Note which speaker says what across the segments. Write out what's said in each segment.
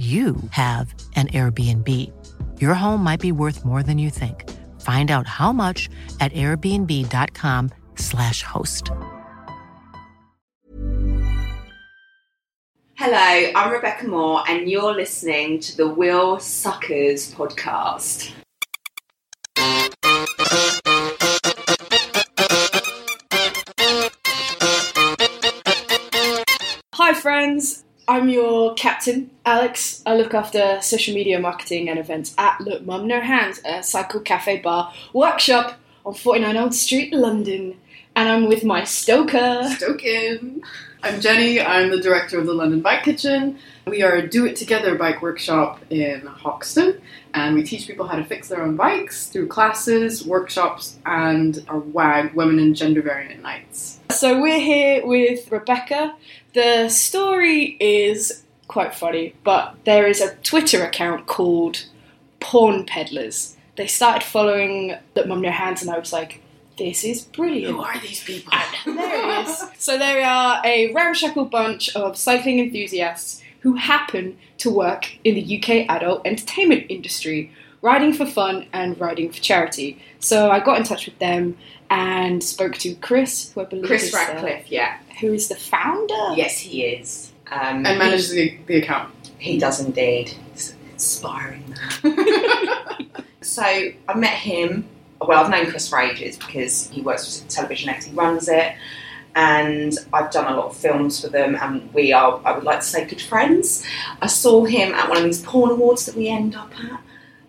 Speaker 1: you have an Airbnb. Your home might be worth more than you think. Find out how much at airbnb.com/slash host.
Speaker 2: Hello, I'm Rebecca Moore, and you're listening to the Will Suckers podcast.
Speaker 3: Hi, friends. I'm your captain, Alex. I look after social media marketing and events at Look Mum No Hands, a cycle cafe bar workshop on 49 Old Street, London. And I'm with my stoker.
Speaker 4: Stokin. I'm Jenny. I'm the director of the London Bike Kitchen. We are a do it together bike workshop in Hoxton, and we teach people how to fix their own bikes through classes, workshops, and our WAG Women and Gender Variant Nights.
Speaker 3: So we're here with Rebecca. The story is quite funny, but there is a Twitter account called Porn Peddlers. They started following Look Mum No Hands, and I was like, this is brilliant.
Speaker 4: Who are these people?
Speaker 3: There it is. So they are a ramshackle bunch of cycling enthusiasts who happen to work in the UK adult entertainment industry, riding for fun and riding for charity. So I got in touch with them and spoke to Chris, who I believe
Speaker 2: Chris
Speaker 3: is the-
Speaker 2: Radcliffe, yeah.
Speaker 3: who is the founder.
Speaker 2: Yes, he is. Um,
Speaker 4: And manages the, the account.
Speaker 2: He does indeed. He's an inspiring man. so I met him. Well, I've known Chris for ages because he works for Television Act. He runs it, and I've done a lot of films for them. And we are, I would like to say, good friends. I saw him at one of these porn awards that we end up at.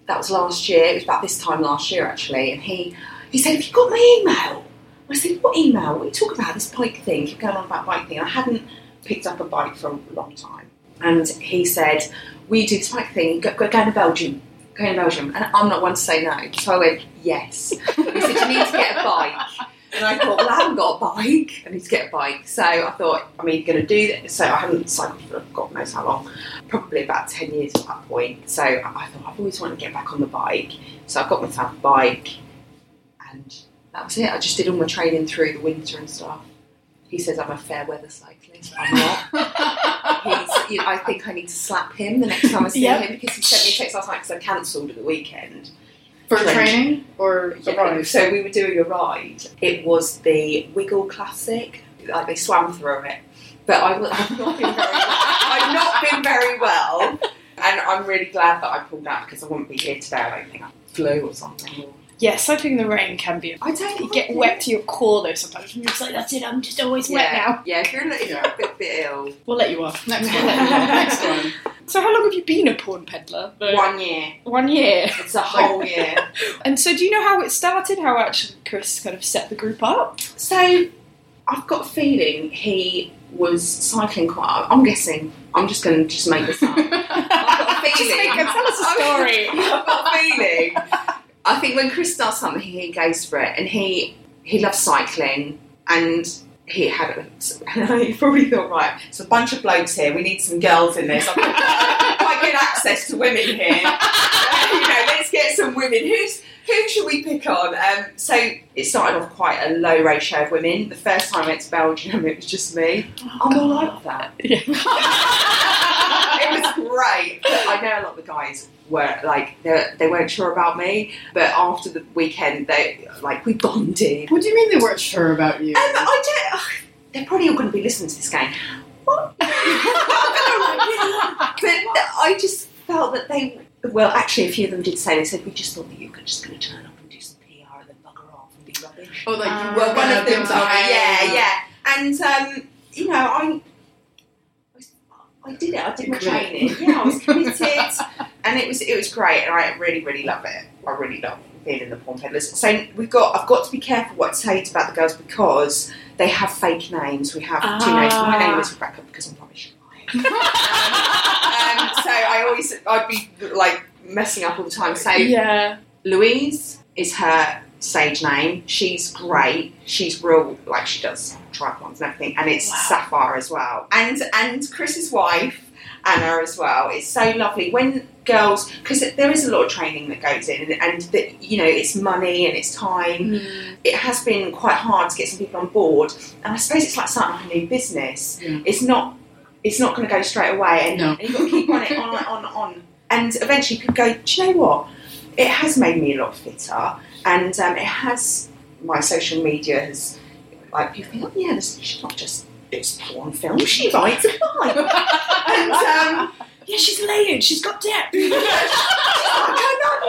Speaker 2: That was last year. It was about this time last year, actually. And he he said, "Have you got my email?" I said, "What email? What are you talking about? This bike thing? Keep going on about bike thing." I hadn't picked up a bike for a long time. And he said, We do this bike thing, go, go down to Belgium. Go to Belgium. And I'm not one to say no. So I went, Yes. he said, You need to get a bike. And I thought, Well, I haven't got a bike. I need to get a bike. So I thought, I'm either going to do this. So I haven't cycled for God knows how long, probably about 10 years at that point. So I I thought, I've always wanted to get back on the bike. So I got myself a bike. And that was it. I just did all my training through the winter and stuff. He says I'm a fair weather cyclist. I'm not. He's, you know, I think I need to slap him the next time I see
Speaker 3: Yep.
Speaker 2: him because he sent me a text last night because I cancelled at the weekend.
Speaker 4: For
Speaker 2: Right.
Speaker 4: training or
Speaker 2: Yeah,
Speaker 4: abroad?
Speaker 2: So we were doing a ride. It was the Wiggle Classic. Like they swam through it, but I, have not been very. I've not been very well, and I'm really glad that I pulled out because I wouldn't be here today. I don't think I flew or something. or-
Speaker 3: Yeah, cycling in the rain can be.
Speaker 2: I don't
Speaker 3: You
Speaker 2: like
Speaker 3: get
Speaker 2: it.
Speaker 3: wet to your core though sometimes. And you're just like, that's it, I'm just always
Speaker 2: Yeah,
Speaker 3: wet now.
Speaker 2: yeah. If you're, a little- if you're a bit, bit ill,
Speaker 3: We'll let you off.
Speaker 4: Next
Speaker 3: We'll
Speaker 4: one.
Speaker 3: let you off.
Speaker 4: Next one.
Speaker 3: So, how long have you been a porn peddler?
Speaker 2: one year.
Speaker 3: One year.
Speaker 2: It's a whole year.
Speaker 3: And so, do you know how it started? How actually Chris kind of set the group up?
Speaker 2: So I've got a feeling he was cycling quite. I'm guessing. I'm just going to just make this up. I've got a
Speaker 3: Just
Speaker 2: feeling.
Speaker 3: make him tell us a story.
Speaker 2: I've got a feeling. I think when Chris does something, he goes for it, and he he loves cycling, and he had. A, he probably thought, right, it's a bunch of blokes here. We need some girls in this. I've got quite good access to women here. you know, let's get some women. Who's who should we pick on? Um, so it started off quite a low ratio of women. The first time I went to Belgium, it was just me. I'm all like that it was great. But I know a lot of the guys were like they they weren't sure about me, but after the weekend, they like we bonded.
Speaker 4: What do you mean they weren't sure about you?
Speaker 2: Um, And I don't. They're probably all going to be listening to this going. What? I'm gonna but I just felt that they. Well, actually, a few of them did say they said we just thought that you were just going to turn up and do some PR and then bugger off and be rubbish.
Speaker 4: Oh, like you
Speaker 3: Uh,
Speaker 4: were
Speaker 2: Well, one
Speaker 4: gonna
Speaker 2: of them,
Speaker 4: be
Speaker 2: sorry,
Speaker 4: like-
Speaker 2: yeah, yeah, and um, you know, I, I did it. I did my
Speaker 4: You're committed.
Speaker 2: training. Yeah, I was committed, and it was it was great, and I really really love it. I really love being in the porn peddlers. So we've got I've got to be careful what I say about the girls because they have fake names. We have two names. My
Speaker 3: Ah.
Speaker 2: name is Rebecca because I'm rubbish. at lying. um, so I always I'd be like messing up all the time. So
Speaker 3: yeah.
Speaker 2: Louise is her stage name. She's great. She's real, like she does triathlons and everything, and it's Sapphire as well. And and Chris's wife Anna as well. It's so lovely when girls because there is a lot of training that goes in, and, and the, you know it's money and it's time. It has been quite hard to get some people on board, and I suppose it's like starting up a new business.
Speaker 4: Yeah.
Speaker 2: It's not. It's not going to go straight away, and,
Speaker 4: No.
Speaker 2: and you've got to keep on it on, on, on. And eventually, you could go. Do you know what? it has made me a lot fitter, and um, it has my social media has like people think, oh yeah, this, she's not just it's porn film, she rides a bike, and um, yeah, she's layered, she's got depth. She's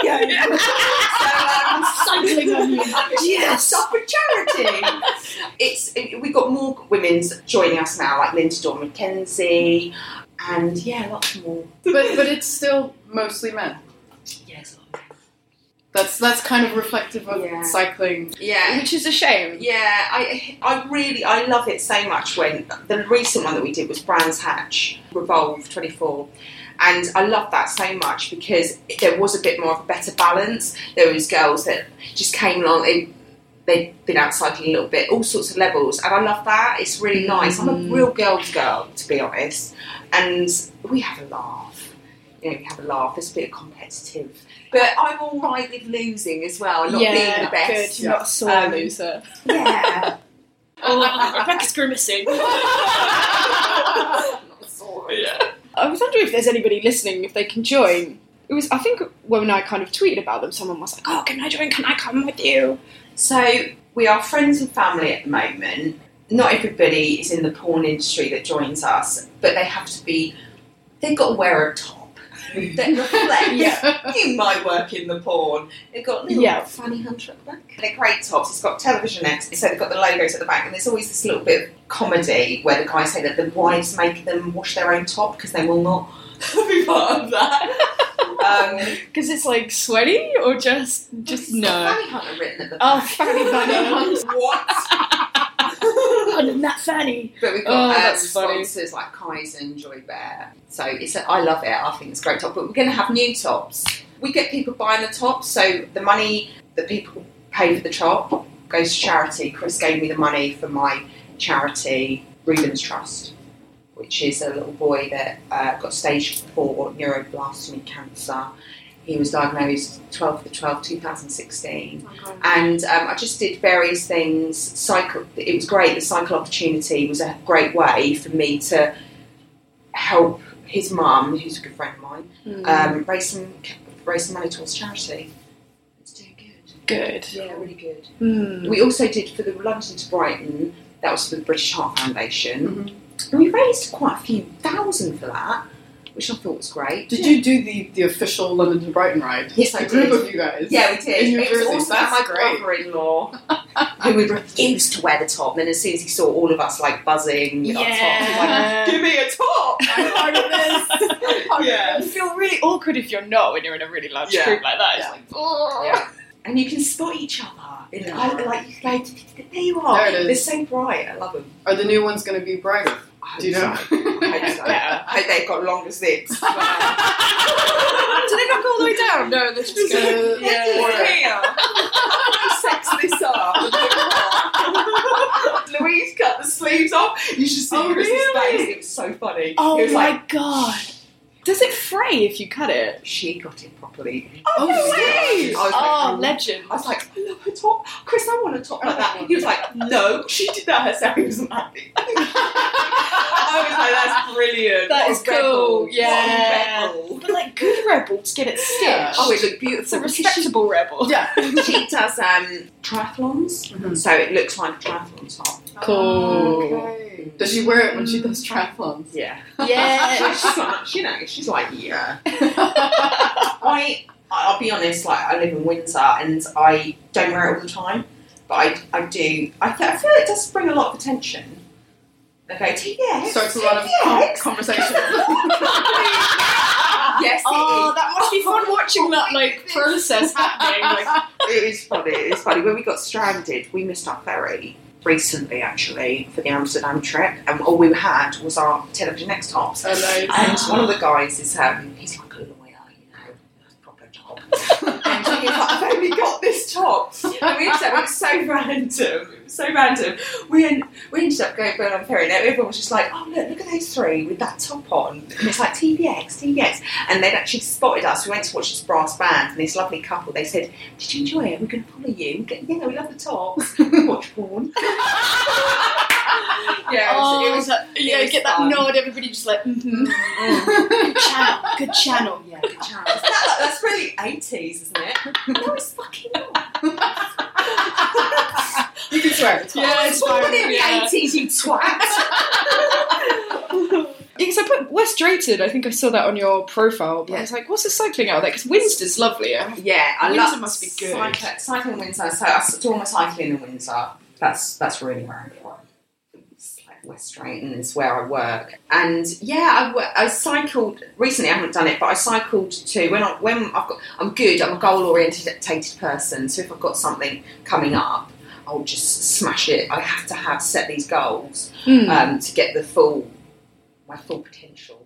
Speaker 2: like an onion. so, um,
Speaker 3: Cycling on you.
Speaker 2: Yes, up for charity. it's it, we got more women's joining us now, like Linda Dawn McKenzie, and yeah, lots more.
Speaker 4: But but it's still mostly men.
Speaker 2: Yes.
Speaker 4: That's that's kind of reflective of
Speaker 2: Yeah.
Speaker 4: cycling.
Speaker 2: Yeah,
Speaker 3: Which is a shame.
Speaker 2: Yeah, I I really I love it so much when the recent one that we did was Brands Hatch Revolve 24. And I love that so much because there was a bit more of a better balance. There was girls that just came along and they'd been out cycling a little bit, all sorts of levels, and I love that. It's really nice. I'm a real girl's girl, to be honest, and we have a laugh. You know, we have a laugh. There's a bit of competitive, but I'm all right with losing as well, and not being the best.
Speaker 3: good.
Speaker 4: yeah.
Speaker 3: Not a sore
Speaker 2: Um,
Speaker 3: loser.
Speaker 2: Yeah.
Speaker 5: Oh, Rebecca's grimacing.
Speaker 3: I was wondering if there's anybody listening if they can join. It was I think when I kind of tweeted about them, someone was like, "Oh, can I join? Can I come with you?"
Speaker 2: so we are friends and family at the moment. Not everybody is in the porn industry that joins us, but they have to be. They've got to wear a top that reflects. You might work in the porn. They've got little
Speaker 3: Yeah.
Speaker 2: fanny hunter at the back. They're great tops. It's got television necks, so they've got the logos at the back, and there's always this little bit of comedy where the guys say that the wives make them wash their own top because they will not be part of that. Um,
Speaker 3: Because it's like sweaty or just just no.
Speaker 2: Fanny Hunter written at the
Speaker 3: Oh,
Speaker 2: back.
Speaker 3: fanny hunter.
Speaker 2: what?
Speaker 5: I'm not funny.
Speaker 2: But we've
Speaker 3: Oh,
Speaker 2: got um,
Speaker 3: that's funny.
Speaker 2: sponsors like Kaizen, Joy Bear. So it's a, I love it. I think it's a great top. But we're going to have new tops. We get people buying the tops, so the money that people pay for the top goes to charity. Chris gave me the money for my charity, Rubens Trust, which is a little boy that uh, got stage four neuroblastoma cancer. He was diagnosed 12 for 12, 2016 and um, I just did various things. Cycle, it was great. The cycle opportunity was a great way for me to help his mum, who's a good friend of mine,
Speaker 3: Mm.
Speaker 2: um, raise some raise some money towards charity. It's doing good.
Speaker 3: Good.
Speaker 2: Yeah, really good.
Speaker 3: Mm.
Speaker 2: We also did for the London to Brighton. That was for the British Heart Foundation, and we raised quite a few thousand for that, which I thought was great.
Speaker 4: Did you do the, the official London to Brighton ride?
Speaker 2: Yes, I
Speaker 4: a group
Speaker 2: did.
Speaker 4: of you guys.
Speaker 2: Yeah, we did.
Speaker 4: In New
Speaker 2: it was
Speaker 4: Jersey.
Speaker 2: also
Speaker 4: That's
Speaker 2: my
Speaker 4: great.
Speaker 2: brother-in-law who would refuse to wear the top. And then as soon as he saw all of us like buzzing with our tops, he was
Speaker 3: Yeah.
Speaker 4: Uh,
Speaker 2: like, "Give me a top! I'm part of this."
Speaker 4: Yeah.
Speaker 3: You feel really awkward if you're not when you're in a really large
Speaker 2: Yeah.
Speaker 3: group like that. It's
Speaker 4: Yeah.
Speaker 3: like, oh.
Speaker 2: Yeah. And you can spot each other. In the,
Speaker 4: Yeah.
Speaker 2: I, like you go, there you are.
Speaker 4: There it is.
Speaker 2: They're so bright. I love them.
Speaker 4: Are the new ones going to be brighter? Do you
Speaker 2: I
Speaker 4: know?
Speaker 2: hope so.
Speaker 3: Yeah.
Speaker 2: I hope they've got longer zips. as well.
Speaker 3: "Ah!" Do they not go all the way down? No, they're just going.
Speaker 4: So-
Speaker 2: Sex this up. Louise cut the sleeves off. You should see
Speaker 3: Oh,
Speaker 2: Chris's
Speaker 3: really?
Speaker 2: face. It was so funny.
Speaker 3: Oh
Speaker 2: it was
Speaker 3: my
Speaker 2: like,
Speaker 3: god. Does it fray if you cut it?
Speaker 2: she got it properly.
Speaker 4: Oh,
Speaker 2: way!
Speaker 4: yeah.
Speaker 3: Oh,
Speaker 2: Oh,
Speaker 3: legend.
Speaker 2: I was like, I love her top. Chris, I want a top like that. He was like, no, she did that herself. He wasn't happy. I was like, that's brilliant.
Speaker 3: That
Speaker 2: What
Speaker 3: is
Speaker 2: a rebel.
Speaker 3: cool,
Speaker 2: What a
Speaker 3: yeah.
Speaker 2: rebel.
Speaker 3: But like good rebels get it stitched.
Speaker 4: Yeah.
Speaker 2: Oh, it looked
Speaker 3: it's a
Speaker 2: beautiful.
Speaker 3: respectable rebel. Mm-hmm.
Speaker 4: Yeah.
Speaker 2: She does um, triathlons,
Speaker 4: Mhm.
Speaker 2: so it looks like a triathlon top.
Speaker 3: Cool.
Speaker 4: Okay. Does she wear it when
Speaker 2: Mm.
Speaker 4: she does triathlons?
Speaker 2: Yeah.
Speaker 5: Yeah.
Speaker 2: she's like, she knows. She's like, yeah.
Speaker 4: yeah,
Speaker 2: I I'll be honest, like I live in Windsor and I don't wear it all the time, but I, I do. I, th- I feel it does bring a lot of attention. Okay, TVX.
Speaker 4: starts a lot of con-
Speaker 2: TVX.
Speaker 4: conversation.
Speaker 2: yes, it
Speaker 5: oh,
Speaker 2: is.
Speaker 5: that must be fun watching that like process happening. Like,
Speaker 2: It is funny. It is funny. When we got stranded, we missed our ferry recently, actually, for the Amsterdam trip, and all we had was our television desktops.
Speaker 4: Oh,
Speaker 2: And one of the guys is um, he's like a lawyer, you know, proper job. and he's like, I've only got this job. And we ended up, it was so random. It was so random. We, en- we ended up going going on ferry and everyone was just like, oh look, look at those three with that top on. And it's like TVX, TVX. And they'd actually spotted us. We went to watch this brass band and this lovely couple, they said, Did you enjoy it? We're gonna follow you. We go, yeah, we love the tops. We watch porn. yeah, it was,
Speaker 5: oh,
Speaker 2: it was
Speaker 5: that, yeah,
Speaker 2: it was
Speaker 5: get that
Speaker 2: fun.
Speaker 5: nod. Everybody just like, mm-hmm. good channel, good channel. Yeah, good channel.
Speaker 2: That- that's really 80s, isn't it? no, it's fucking not.
Speaker 4: you can swear. It's fine.
Speaker 5: Yeah, it's
Speaker 2: Born
Speaker 5: fine.
Speaker 2: in the
Speaker 5: yeah.
Speaker 2: 80s, you twat.
Speaker 3: Because I put West Drayton, I think I saw that on your profile, but I
Speaker 2: Yeah.
Speaker 3: was like, what's the cycling out there? Because Windstor's lovely. I have-
Speaker 2: yeah, I
Speaker 3: Windsor
Speaker 2: love
Speaker 3: must be good.
Speaker 2: cycling, cycling in Windsor. So I do all my cycling in Windsor. That's that's really where I'm from. It's like West Drayton is where I work, and yeah, I, wo- I cycled recently. I haven't done it, but I cycled to when I when I've got I'm good. I'm a goal oriented person, so if I've got something coming up, I'll just smash it. I have to have set these goals.
Speaker 3: Mm.
Speaker 2: um, to get the full my full potential.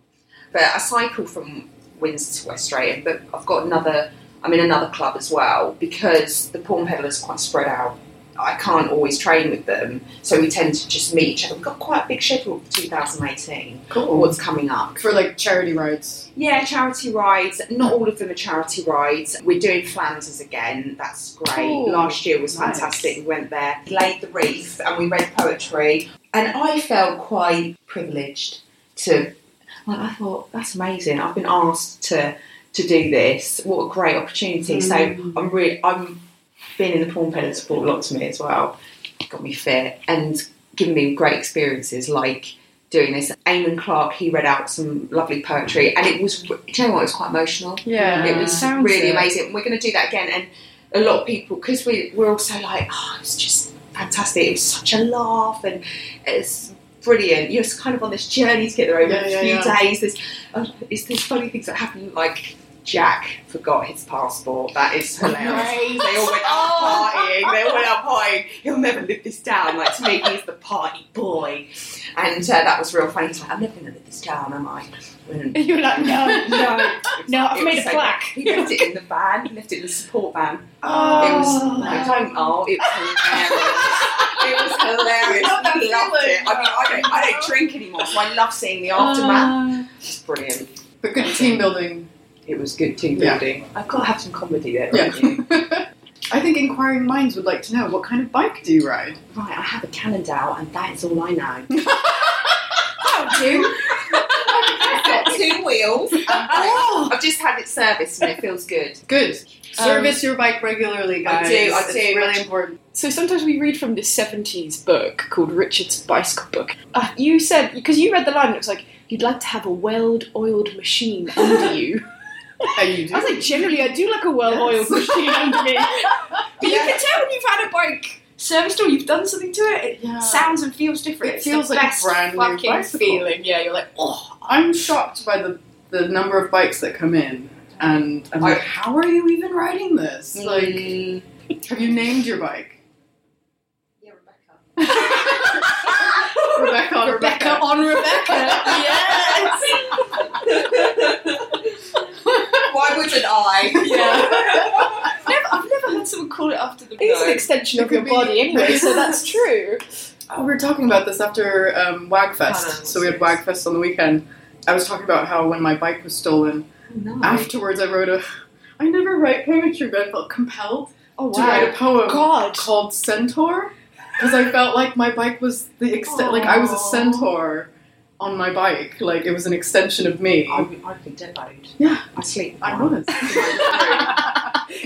Speaker 2: But I cycle from Windsor to West Drayton, but I've got another. I'm in another club as well because the porn peddlers are quite spread out. I can't always train with them, so we tend to just meet each other. We've got quite a big schedule for 2018. Cool. What's coming up?
Speaker 4: For like charity rides.
Speaker 2: Yeah, charity rides. Not all of them are charity rides. We're doing Flanders again. That's great.
Speaker 4: Ooh,
Speaker 2: Last year was
Speaker 4: nice.
Speaker 2: fantastic. We went there, laid the wreath, and we read poetry. And I felt quite privileged to. Like I thought, that's amazing. I've been asked to to do this. What a great opportunity. So I'm really I'm being in the porn peddlers has brought a lot to me as well. Got me fit and given me great experiences like doing this. Eamon Clark, he read out some lovely poetry and it was, do you know what, it was quite emotional.
Speaker 3: Yeah.
Speaker 4: Ah,
Speaker 2: It was
Speaker 3: Sounds
Speaker 2: really
Speaker 3: it.
Speaker 2: amazing. We're going to do that again and a lot of people, because we, we're also like, oh, it's just fantastic. It was such a laugh and it's brilliant. You're just kind of on this journey together over
Speaker 4: Yeah,
Speaker 2: a
Speaker 4: yeah,
Speaker 2: few
Speaker 4: yeah.
Speaker 2: days. There's, oh, it's there's funny things that happen like Jack forgot his passport. That is hilarious. They all went out
Speaker 4: Oh.
Speaker 2: partying. They all went out partying. He'll never live this down. Like to me, he's the party boy, and uh, that was real funny. He's like, I'm never going to live this down, am I? And-
Speaker 5: You're like, no, no, no. I've
Speaker 2: it
Speaker 5: made
Speaker 2: was
Speaker 5: a
Speaker 2: so-
Speaker 5: plaque.
Speaker 2: He left it in the van. He left it in the support van.
Speaker 5: Oh.
Speaker 2: It was like, don't. Oh, it was hilarious. it was hilarious.
Speaker 5: Oh, that
Speaker 2: I loved
Speaker 5: feeling.
Speaker 2: it. I mean, I don't, I don't drink anymore, so I love seeing the aftermath.
Speaker 5: Uh.
Speaker 2: It's brilliant.
Speaker 4: But good team building.
Speaker 2: It was good team
Speaker 4: Yeah.
Speaker 2: building. I've got to have some comedy there.
Speaker 4: Yeah.
Speaker 2: haven't you?
Speaker 4: I think inquiring minds would like to know what kind of bike do you ride?
Speaker 2: Right, I have a calendar out, and that is all I know. I've got two wheels. and
Speaker 5: Oh.
Speaker 2: brakes. I've just had it serviced, and it feels good.
Speaker 4: Good. Service your bike regularly,
Speaker 2: I
Speaker 4: guys.
Speaker 2: do, I
Speaker 4: it's
Speaker 2: do.
Speaker 4: really important.
Speaker 3: So sometimes we read from this 70s book called Richard's Bicycle Book. Uh, you said, because you read the line, it was like, you'd like to have a well oiled machine under you.
Speaker 4: And you do.
Speaker 3: I was like, generally, I do like a well oiled machine under me. But you can tell when you've had a bike serviced or you've done something to it, it
Speaker 4: Yeah.
Speaker 3: sounds and Ah. feels different.
Speaker 4: It
Speaker 3: It's the
Speaker 4: feels like a
Speaker 3: best
Speaker 4: brand new
Speaker 3: fucking
Speaker 4: bicycle.
Speaker 3: feeling. Yeah, you're like, oh,
Speaker 4: I'm shocked by the, the number of bikes that come in, and I'm like,
Speaker 2: I-
Speaker 4: how are you even riding this? Like,
Speaker 2: Mm.
Speaker 4: have you named your bike?
Speaker 2: yeah, Rebecca.
Speaker 4: Rebecca on Rebecca.
Speaker 5: Rebecca on Rebecca.
Speaker 3: yes.
Speaker 2: Why wouldn't I?
Speaker 3: never, I've never heard someone call it after the. It's
Speaker 2: No.
Speaker 3: an extension
Speaker 4: It
Speaker 3: of your
Speaker 4: could be-
Speaker 3: body anyway, so that's true.
Speaker 4: Oh, we were talking about this after um, Wagfest.
Speaker 2: Oh, no,
Speaker 4: so we had
Speaker 2: serious.
Speaker 4: Wagfest on the weekend. I was talking about how when my bike was stolen,
Speaker 3: Oh
Speaker 2: No.
Speaker 4: afterwards I wrote a. I never write poetry, but I felt compelled
Speaker 3: Oh
Speaker 4: to write a poem
Speaker 3: God.
Speaker 4: called Centaur because I felt like my bike was the extent. Like I was a
Speaker 2: Aw.
Speaker 4: centaur on my bike. Like it was an extension of me.
Speaker 2: I, I'd be demoed.
Speaker 4: Yeah.
Speaker 2: I sleep.
Speaker 4: I was.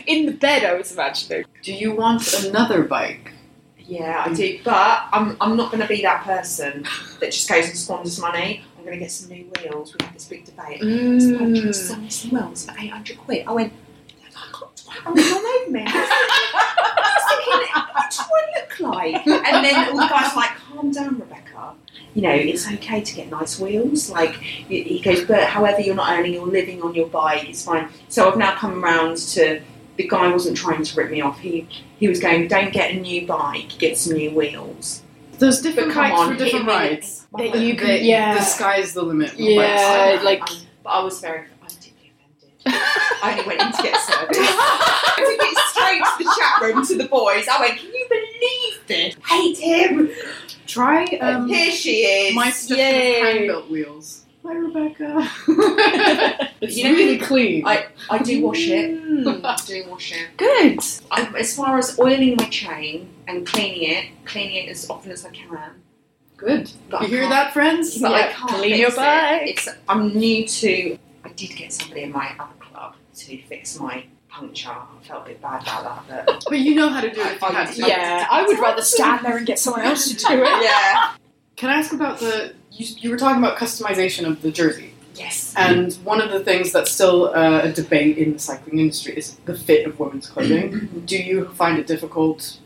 Speaker 3: In the bed, I was imagining.
Speaker 4: Do you want another bike?
Speaker 2: Yeah, I do, but I'm, I'm not going to be that person that just goes and squanders money. I'm going to get some new wheels. We had this big debate. So I tried to
Speaker 3: Mm.
Speaker 2: sell me some wheels for 800 quid. I went, I can't, I'm not over me. I was thinking, what do I look like? And then all the guys were like, calm down, Rebecca. You know, it's okay to get nice wheels. Like, he he goes, but however you're not earning your living on your bike, it's fine. So I've now come round to, the guy wasn't trying to rip me off. He, he was going, don't get a new bike, get some new wheels.
Speaker 4: There's different
Speaker 2: But come
Speaker 4: bikes
Speaker 2: on,
Speaker 4: for different
Speaker 2: hit me.
Speaker 4: rides.
Speaker 3: That you can-
Speaker 4: They-
Speaker 3: yeah.
Speaker 4: The sky's the limit. with
Speaker 3: Yeah.
Speaker 4: bikes.
Speaker 3: Uh, like-
Speaker 2: Um, but I was very, I was deeply offended. I only went in to get service. to get straight to the chat room to the boys. I went, can you believe this? Hate him.
Speaker 4: Try
Speaker 2: And
Speaker 4: um,
Speaker 2: here she is.
Speaker 4: my suggestion
Speaker 3: Yay.
Speaker 4: of hand-built wheels. Hi, Rebecca. it's
Speaker 2: You know-
Speaker 4: really clean.
Speaker 2: I do wash it.
Speaker 3: Mm.
Speaker 2: I do wash it.
Speaker 3: Good.
Speaker 2: I, as far as oiling my chain and cleaning it, cleaning it as often as I can.
Speaker 4: Good.
Speaker 2: But I
Speaker 4: you hear
Speaker 2: can't-
Speaker 4: that, friends?
Speaker 2: But I
Speaker 3: Yeah,
Speaker 2: can't
Speaker 3: clean
Speaker 2: fix
Speaker 3: your
Speaker 2: it.
Speaker 3: bike.
Speaker 2: It's, I'm new to. I did get somebody in my other club to fix my puncture. I felt a bit bad about that, but
Speaker 4: But you know how to do it if you
Speaker 2: I- I
Speaker 4: had to.
Speaker 2: did.
Speaker 3: Yeah, I would rather stand there and get someone else to do it.
Speaker 2: yeah.
Speaker 4: Can I ask about the? You, you were talking about customization of the jersey,
Speaker 2: Yes.
Speaker 4: and one of the things that's still uh, a debate in the cycling industry is the fit of women's clothing.
Speaker 3: Mm-hmm.
Speaker 4: do you find it difficult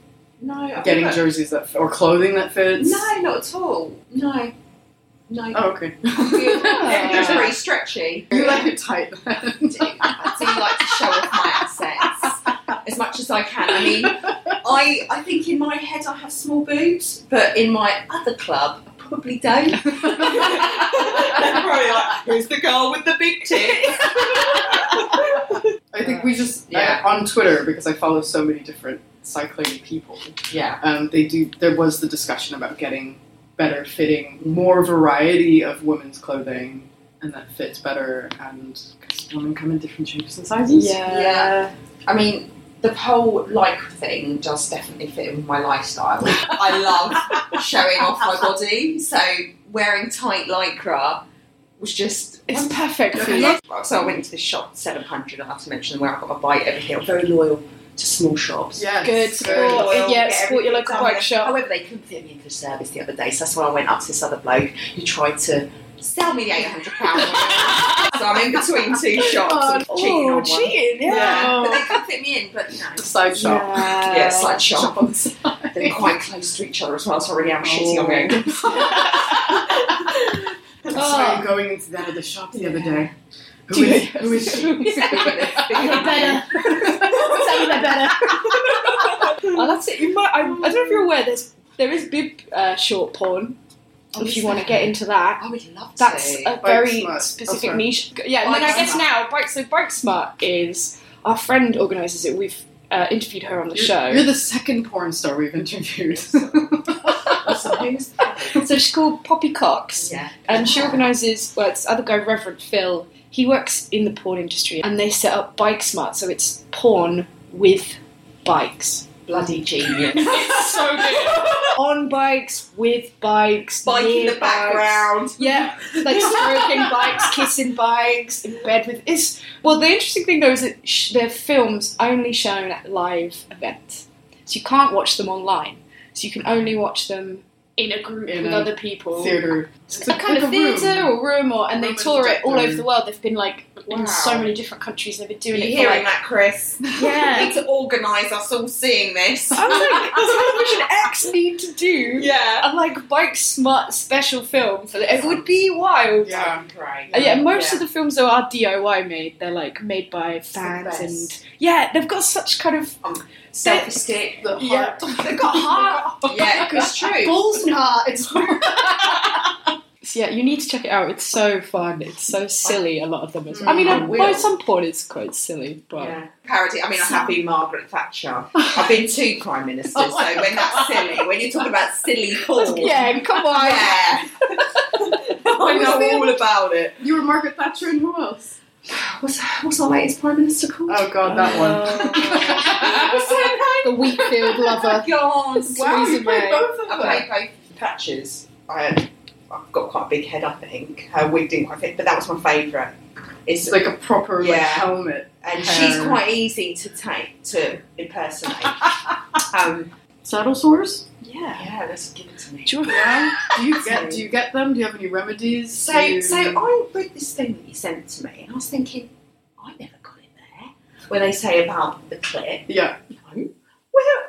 Speaker 2: No. I
Speaker 4: getting
Speaker 2: never-
Speaker 4: jerseys that fit, or clothing that fits?
Speaker 2: No, not at all. No. No.
Speaker 4: Oh, okay.
Speaker 2: It's pretty stretchy.
Speaker 4: You like it tight.
Speaker 2: I do. I do like to show off my assets as much as I can. I mean, I I think in my head I have small boobs, but in my other club I probably don't. They're probably like, who's the girl with the big tits?
Speaker 4: I think we just
Speaker 2: Yeah.
Speaker 4: uh, on Twitter because I follow so many different cycling people.
Speaker 2: Yeah.
Speaker 4: Um, they do. There was the discussion about getting better fitting, more variety of women's clothing, and that fits better. And because women come in different shapes and sizes.
Speaker 2: Yeah. I mean, the whole lycra thing does definitely fit in with my lifestyle. I love showing off my body, so wearing tight lycra was just
Speaker 3: It's perfect for you.
Speaker 2: Okay. So I went into the shop, 700, I have to mention where I got my bike, everything. I'm very loyal to small shops.
Speaker 4: Yes.
Speaker 3: Good
Speaker 4: very
Speaker 3: sport.
Speaker 4: well.
Speaker 3: Oh, Yeah,
Speaker 2: get
Speaker 3: support
Speaker 2: everything
Speaker 3: your local
Speaker 2: done.
Speaker 3: bike shop.
Speaker 2: However, they couldn't fit me in for service the other day, so that's why I went up to this other bloke who tried to sell me the £800. one. so I'm in between two shops, and cheating on
Speaker 3: Oh,
Speaker 2: one.
Speaker 3: cheating,
Speaker 4: Yeah.
Speaker 2: But
Speaker 3: yeah.
Speaker 2: they couldn't fit me in, but you know.
Speaker 4: Side shop.
Speaker 3: Yeah.
Speaker 2: Yeah, side shop.
Speaker 4: Shop on the side.
Speaker 2: They're quite close to each other as well, so I really am shitting on them.
Speaker 4: I saw you going into that other shop the other day. Who is, who is she?
Speaker 5: better. Say that better.
Speaker 3: Oh, that's it. You might. I, I don't know if you're aware. There's there is bib uh, short porn. if you want to get into that,
Speaker 2: I would love
Speaker 3: that's
Speaker 2: to.
Speaker 3: a very
Speaker 4: smart. That's
Speaker 3: specific
Speaker 4: right.
Speaker 3: niche. Yeah, and
Speaker 2: Bike
Speaker 3: then I guess
Speaker 2: smart.
Speaker 3: now bike. So bike smart is our friend organises it. We've uh, interviewed her on the
Speaker 4: You're-
Speaker 3: show.
Speaker 4: You're the second porn star we've interviewed.
Speaker 3: so she's called Poppy Cox.
Speaker 2: yeah.
Speaker 3: and she organises. Well, it's the other guy, Reverend Phil. He works in the porn industry, and they set up Bike Smart, so it's porn with bikes,
Speaker 2: Bloody genius.
Speaker 4: so good.
Speaker 3: on bikes, with bikes,
Speaker 2: Bike in
Speaker 3: near
Speaker 2: the
Speaker 3: bikes.
Speaker 2: background.
Speaker 3: Yeah, like stroking bikes, kissing bikes, in bed with. It's well, the interesting thing though is that sh- their films only shown at live events, so you can't watch them online. So you can only watch them in a group
Speaker 4: In
Speaker 3: with
Speaker 4: a
Speaker 3: other people.
Speaker 4: Theater. It's
Speaker 3: a kind
Speaker 4: like
Speaker 3: of
Speaker 4: a room.
Speaker 3: theatre or room or and they
Speaker 4: Room is
Speaker 3: tour it all
Speaker 4: different.
Speaker 3: over the world. They've been like
Speaker 2: Wow.
Speaker 3: in so many different countries. They've been
Speaker 2: Are
Speaker 3: doing
Speaker 2: you
Speaker 3: it for
Speaker 2: hearing
Speaker 3: like
Speaker 2: that, Chris? We
Speaker 3: yeah.
Speaker 2: need to organise us all seeing this.
Speaker 3: I was like, television X need to do
Speaker 2: yeah.
Speaker 3: a like bike smart special film for the, it would be wild.
Speaker 4: Yeah.
Speaker 2: great.
Speaker 3: Uh, Yeah, most of the films that are DIY made, they're like made by fans and yeah, they've got such kind of
Speaker 2: selfie stick.
Speaker 4: The heart.
Speaker 3: Yeah. they've got heart.
Speaker 2: Yeah, it's true.
Speaker 5: Balls and heart. It's
Speaker 3: So, yeah, you need to check it out. It's so fun. It's so silly. A lot of them. As well. I
Speaker 4: Mm,
Speaker 3: mean,
Speaker 2: I
Speaker 3: uh,
Speaker 2: will.
Speaker 3: by some point, it's quite silly, but
Speaker 2: Yeah. Parody. I mean, I have been Margaret Thatcher. I've been two prime ministers, so when that's silly, when you're talking about silly porn,
Speaker 3: yeah, come on.
Speaker 2: Oh, yeah. I know all about it.
Speaker 4: You were Margaret Thatcher and who else?
Speaker 2: What's, what's our latest prime minister called?
Speaker 4: Oh god, that
Speaker 2: Uh.
Speaker 4: one.
Speaker 3: the Wheatfield lover.
Speaker 2: God.
Speaker 4: wow, you
Speaker 3: Theresa
Speaker 4: played
Speaker 3: May.
Speaker 4: both of them.
Speaker 2: I played both patches. I, I've got quite a big head, I think. Her wig didn't quite fit, but that was my favourite. It's
Speaker 4: It's like a proper
Speaker 2: Yeah.
Speaker 4: like helmet.
Speaker 2: and she's
Speaker 4: um,
Speaker 2: quite easy to take to impersonate. um,
Speaker 4: saddle sores?
Speaker 5: Yeah.
Speaker 2: Yeah, let's give it to me.
Speaker 3: Sure.
Speaker 4: Yeah. Do you get do you get them? Do you have any remedies? Do
Speaker 2: So,
Speaker 4: you-
Speaker 2: so I read this thing that you sent to me, and I was thinking, I never got it there. Where they say about the clip,
Speaker 4: yeah.
Speaker 2: no. Well,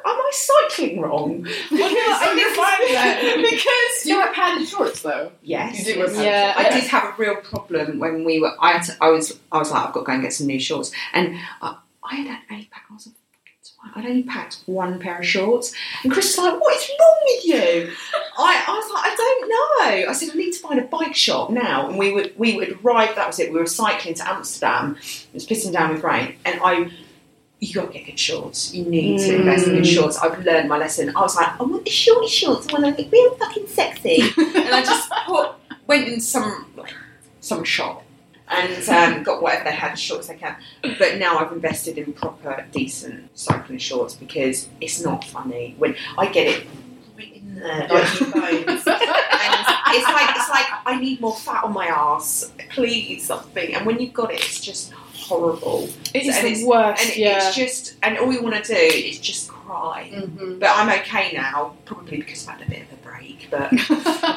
Speaker 2: am I cycling wrong?
Speaker 4: So you're fine then.
Speaker 2: because
Speaker 4: Do you wear padded shorts though?
Speaker 2: yes,
Speaker 4: You do wear
Speaker 2: yes.
Speaker 4: padded
Speaker 3: Yeah,
Speaker 4: shorts.
Speaker 2: I did have a real problem when we were. I, had to- I was. I was like, I've got to go and get some new shorts, and I, I had only packed. I was like, fucking tired. I'd only packed one pair of shorts, and Chris was like, "What is wrong with you?" I, I was like, "I don't know." I said, "I need to find a bike shop now." And we would we would ride. That was it. We were cycling to Amsterdam. It was pissing down with rain, and I. You got to get good shorts. You need to invest in good shorts. I've learned my lesson. I was like, I want the shorty shorts. I want to look real fucking sexy. and I just put went in some like, some shop and um, got whatever they had, shorts they can. But now I've invested in proper, decent cycling shorts because it's not funny when I get it right in there, like in bones. And it's like it's like I need more fat on my ass, please something. And when you've got it, it's just horrible.
Speaker 3: It is
Speaker 2: And
Speaker 3: the
Speaker 2: it's-
Speaker 3: worst.
Speaker 2: And it,
Speaker 3: yeah.
Speaker 2: it's just and all you want to do is just cry.
Speaker 4: Mm-hmm.
Speaker 2: But I'm okay now, probably because I've had a bit of a break. But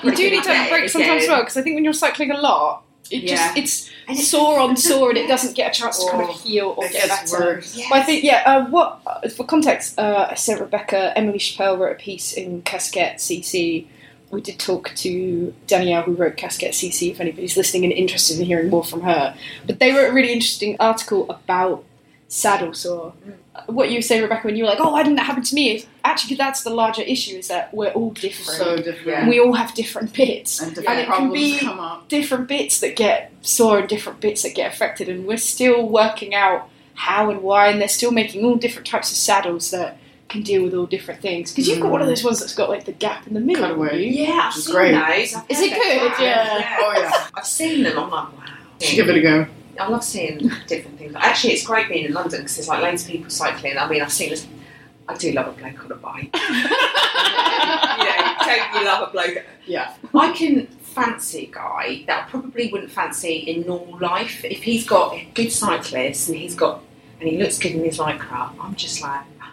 Speaker 3: you do need to have a break sometimes as
Speaker 2: Yeah.
Speaker 3: well because I think when you're cycling a lot, it
Speaker 4: Yeah.
Speaker 3: just
Speaker 2: And
Speaker 3: it's
Speaker 2: it's-
Speaker 3: sore on sore and it doesn't get a chance to kind
Speaker 4: Oh,
Speaker 3: of heal or
Speaker 4: It
Speaker 3: get
Speaker 4: gets
Speaker 3: better.
Speaker 4: worse.
Speaker 2: Yes.
Speaker 3: But I think, yeah, uh, what uh, for context, uh, I said Rebecca, Emily Chappelle wrote a piece in Casquette CC. We did talk to Danielle, who wrote Casquette CC, if anybody's listening and interested in hearing more from her. But they wrote a really interesting article about saddle sore. Uh, What you were saying, Rebecca, when you were like, oh, why didn't that happen to me? Is Actually, that's the larger issue, is that we're all different.
Speaker 4: So different.
Speaker 2: Yeah.
Speaker 3: and we all have different bits.
Speaker 4: And different
Speaker 3: And it can
Speaker 4: problems
Speaker 3: be-
Speaker 4: come up.
Speaker 3: Different bits that get sore and different bits that get affected, and we're still working out how and why, and they're still making all different types of saddles that can deal with all different things. Because you've got one of those ones that's got like the gap in the middle. haven't
Speaker 4: Cutaway.
Speaker 3: you?
Speaker 2: Yeah, I've
Speaker 4: Which is
Speaker 2: seen
Speaker 4: great.
Speaker 2: those. I've
Speaker 3: Is it
Speaker 2: heard they're
Speaker 3: good?
Speaker 2: fun.
Speaker 3: Yeah.
Speaker 4: Oh yeah.
Speaker 2: I've seen them. I'm like, wow.
Speaker 4: Just give it a go.
Speaker 2: I love seeing different things. Actually, it's great being in London because there's like loads of people cycling. I mean, I've seen this. I do love a bloke on a bike. you know, don't you love a bloke?
Speaker 4: Yeah.
Speaker 2: I can fancy a guy that I probably wouldn't fancy in normal life. If he's got a good cyclist and he's got and he looks good in his lycra, I'm just like, "Ah."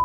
Speaker 6: a-"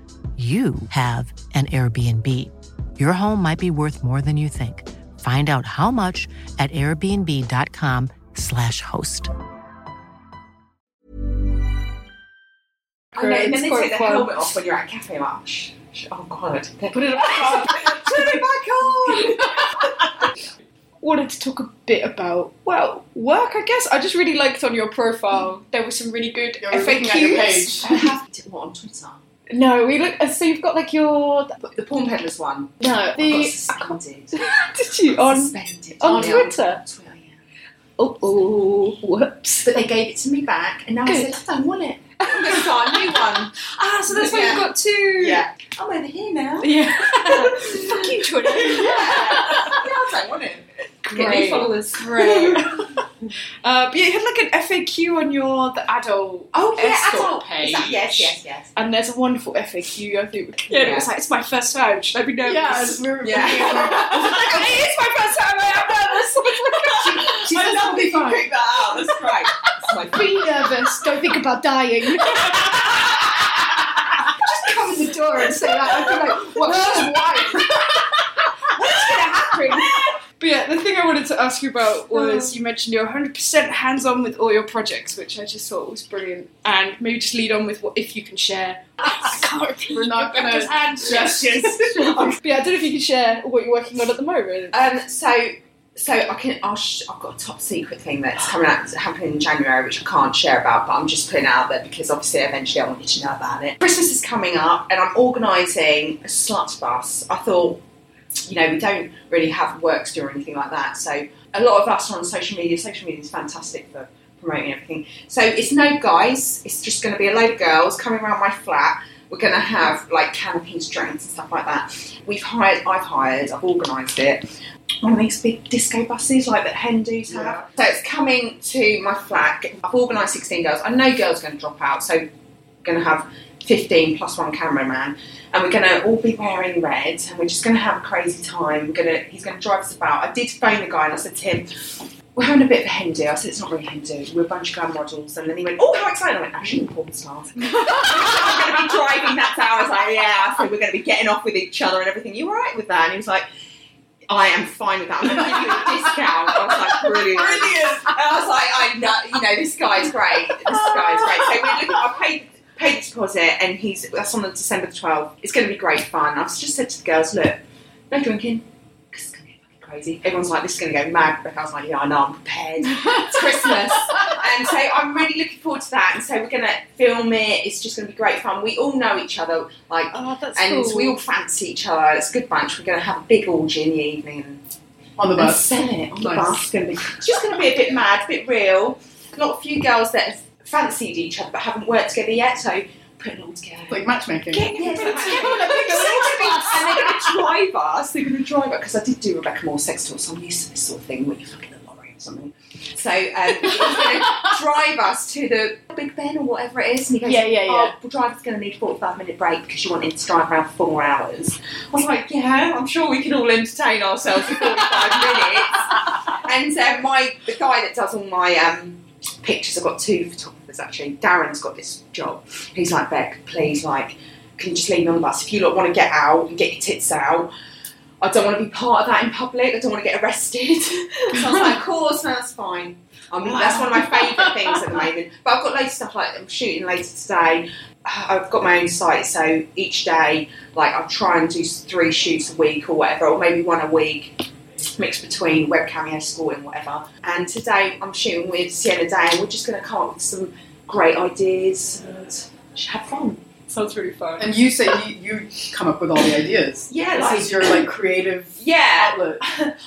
Speaker 1: you have an Airbnb. Your home might be worth more than you think. Find out how much at airbnb.com/slash host.
Speaker 2: I know, and then they
Speaker 3: Quote,
Speaker 2: take their
Speaker 3: quote.
Speaker 2: helmet off when you're at a cafe. I'm like, shh, shh, oh god, put it
Speaker 4: on.
Speaker 2: Turn it back on.
Speaker 3: wanted to talk a bit about well work. I guess I just really liked on your profile. There were some really good
Speaker 4: Yeah, we're looking
Speaker 3: FAQs.
Speaker 4: at your page.
Speaker 2: I have to, what on Twitter?
Speaker 3: No, we look. uh, So you've got like your
Speaker 2: The porn peddlers one.
Speaker 3: no
Speaker 2: I got
Speaker 3: the
Speaker 2: suspended.
Speaker 3: did you on
Speaker 2: suspended.
Speaker 3: on
Speaker 2: Yeah,
Speaker 3: Twitter?
Speaker 2: Twitter, yeah.
Speaker 3: Oh, oh whoops.
Speaker 2: But they gave it to me back, and now I
Speaker 3: Good.
Speaker 2: said, I don't want it. I'm going to start a new one.
Speaker 3: Ah, so that's why
Speaker 2: Yeah.
Speaker 3: you've got two.
Speaker 2: Yeah. I'm over here now.
Speaker 3: Yeah. Fuck you, Twitter.
Speaker 2: yeah, I don't want it. Get new
Speaker 3: Great.
Speaker 2: followers.
Speaker 3: Great. Uh, but yeah, you had like an FAQ on your the adult
Speaker 2: Oh yeah,
Speaker 3: escort
Speaker 2: adult.
Speaker 3: page.
Speaker 2: Is that- yes, yes, yes.
Speaker 3: And there's a wonderful FAQ. I think. Yeah, and it was
Speaker 2: Yeah.
Speaker 3: like it's my first time. Should I be nervous?
Speaker 4: Yeah, as we were
Speaker 2: Yeah.
Speaker 4: yeah.
Speaker 3: Like, it is my first time. I am nervous.
Speaker 2: She
Speaker 4: I
Speaker 2: said
Speaker 4: love
Speaker 2: something,
Speaker 4: the
Speaker 2: you
Speaker 4: fun.
Speaker 2: picked that out. That's right. That's my
Speaker 5: Be nervous. Don't think about dying. Just come in the door and say that. I'd be like, well, she's white.
Speaker 3: But yeah, the thing I wanted to ask you about
Speaker 5: Oh.
Speaker 3: was you mentioned you're 100% hands on with all your projects, which I just thought was brilliant. And maybe just lead on with what if you can share. I can't
Speaker 4: We're not gonna
Speaker 3: Rebecca's hand gestures. but yeah, I don't know if you can share what you're working on at the moment.
Speaker 5: Uh,
Speaker 2: Um, so, so I can. I'll sh- I've got a top secret thing that's coming out, happening in January, which I can't share about, but I'm just putting it out there because obviously, eventually, I want you to know about it. Christmas is coming up, and I'm organising a slut bus. I thought, you know, we don't really have works do or anything like that, so a lot of us are on social media. Social media is fantastic for promoting everything. So it's no guys. It's just going to be a load of girls coming around my flat. We're going to have like canopies, drinks, and stuff like that. We've hired. I've hired. I've organised it one of these big disco buses like that Hindus have. So it's coming to my flat. I've organised 16 girls. I know girls are going to drop out, so going to have 15 plus one cameraman, and we're going to all be wearing red, and we're just going to have a crazy time. We're going to he's going to drive us about. I did phone the guy and I said to him. We're having a bit of a Hindu. I said, it's not really Hindu. We're a bunch of guy models. And then he went, oh, how exciting. I went, actually, we're porn stars. I'm going to be driving that hour. I was like, yeah. I said, we're going to be getting off with each other and everything. You all right with that? And he was like, I am fine with that. I'm going to give you a discount. I was like, brilliant. Brilliant. And I was like, I know, you know, this guy's great. This guy's great. So we're looking, I paid, paid the deposit and he's, that's on the December the 12th. It's going to be great fun. I've just said to the girls, look, no drinking. 'cause it's going to be fucking Crazy. Everyone's like, this is going to go mad. But I was like, yeah, I know, I'm prepared. It's Christmas. and so I'm really looking forward to that. And so we're going to film it. It's just going to be great fun. We all know each other. Like,
Speaker 3: Oh, that's
Speaker 2: and
Speaker 3: cool.
Speaker 2: we all fancy each other. It's a good bunch. We're going to have a big orgy in the evening and,
Speaker 4: on the
Speaker 2: and
Speaker 4: bus.
Speaker 2: sell it on the
Speaker 4: Nice.
Speaker 2: bus. It's, gonna be, it's just going to be a bit mad, a bit real. Not a few girls that have fancied each other but haven't worked together yet, so putting it all together.
Speaker 4: Like matchmaking.
Speaker 2: Getting everybody together on a big sex bus. And they're going to drive us. They're going to drive us because I did do Rebecca Moore sex talk, so I'm used to this sort of thing when you're fucking a lorry or something. So um, he's going to drive us to the Big Ben or whatever it is, and he goes,
Speaker 3: Yeah, yeah, yeah.
Speaker 2: "Oh, the driver's going to need a 45 minute break because you want him to drive around for four hours." I was like, "Yeah, I'm sure we can all entertain ourselves for 45 minutes." And uh, my the guy that does all my um, pictures, I've got two photographers actually. Darren's got this job. He's like, "Beck, please, like, can you just leave me on the bus if you lot want to get out and get your tits out?" I don't want to be part of that in public. I don't want to get arrested. so I was like, of course, no, that's fine. I mean, that's one of my favourite things at the moment. But I've got loads of stuff like I'm shooting later today. I've got my own site, so each day, like I'll try and do three shoots a week or whatever, or maybe one a week, mixed between webcam, escorting, whatever. And today I'm shooting with Sienna Day, and we're just going to come up with some great ideas and just have fun.
Speaker 3: Sounds really fun.
Speaker 4: And you say you, you come up with all the ideas.
Speaker 2: Yeah,
Speaker 4: This
Speaker 2: like-
Speaker 4: is your like creative
Speaker 2: Yeah,
Speaker 4: outlet.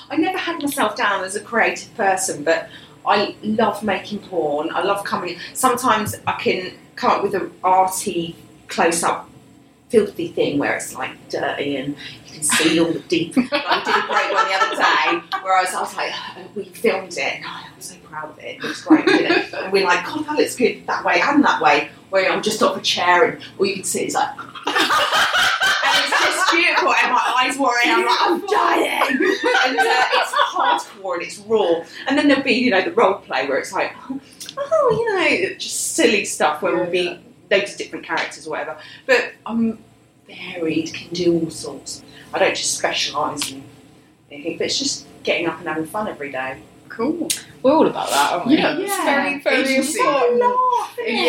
Speaker 2: I never had myself down as a creative person, but I love making porn. I love coming. Sometimes I can come up with an arty, close up, filthy thing where it's like dirty and you can see all the deep. I did a great one the other day where I was, I was like, oh, we filmed it, and I was so proud of it. It looks great. didn't it? And we're like, God, that looks good that way and that way. Where I'm just off a chair and all you can see is like. and it's just beautiful, and my eyes were in. I'm like, I'm dying, and uh, it's hardcore and it's raw. And then there'll be, you know, the role play where it's like, oh, you know, just silly stuff where we'll be loads of different characters or whatever. But I'm varied, can do all sorts. I don't just specialise in anything, but it's just getting up and having fun every day.
Speaker 4: Cool.
Speaker 3: We're all about that, aren't we?
Speaker 4: Yeah.
Speaker 3: It's very, very
Speaker 4: Agency.
Speaker 3: important.
Speaker 2: Laugh, innit?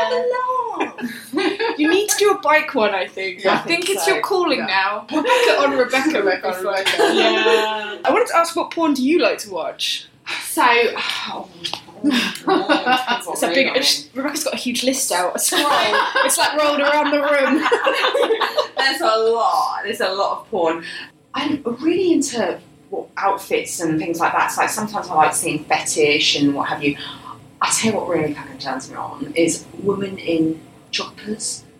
Speaker 2: Have a
Speaker 3: Yeah.
Speaker 2: laugh.
Speaker 3: You need to do a bike one, I think.
Speaker 4: Yeah,
Speaker 3: I
Speaker 4: I
Speaker 3: think,
Speaker 4: think
Speaker 3: it's
Speaker 4: so.
Speaker 3: your calling
Speaker 4: Yeah.
Speaker 3: now. Rebecca on Rebecca.
Speaker 4: Rebecca on
Speaker 3: would be fun.
Speaker 4: Rebecca.
Speaker 3: Yeah. I wanted to ask, what porn do you like to watch?
Speaker 2: So, oh,
Speaker 3: It's a big. it's- Rebecca's got a huge list out. A scroll. it's like rolled around the room.
Speaker 2: There's a lot. There's a lot of porn. I'm really into what, outfits and things like that. So like sometimes I like seeing fetish and what have you. I tell you what really fucking turns me on is women in choppers.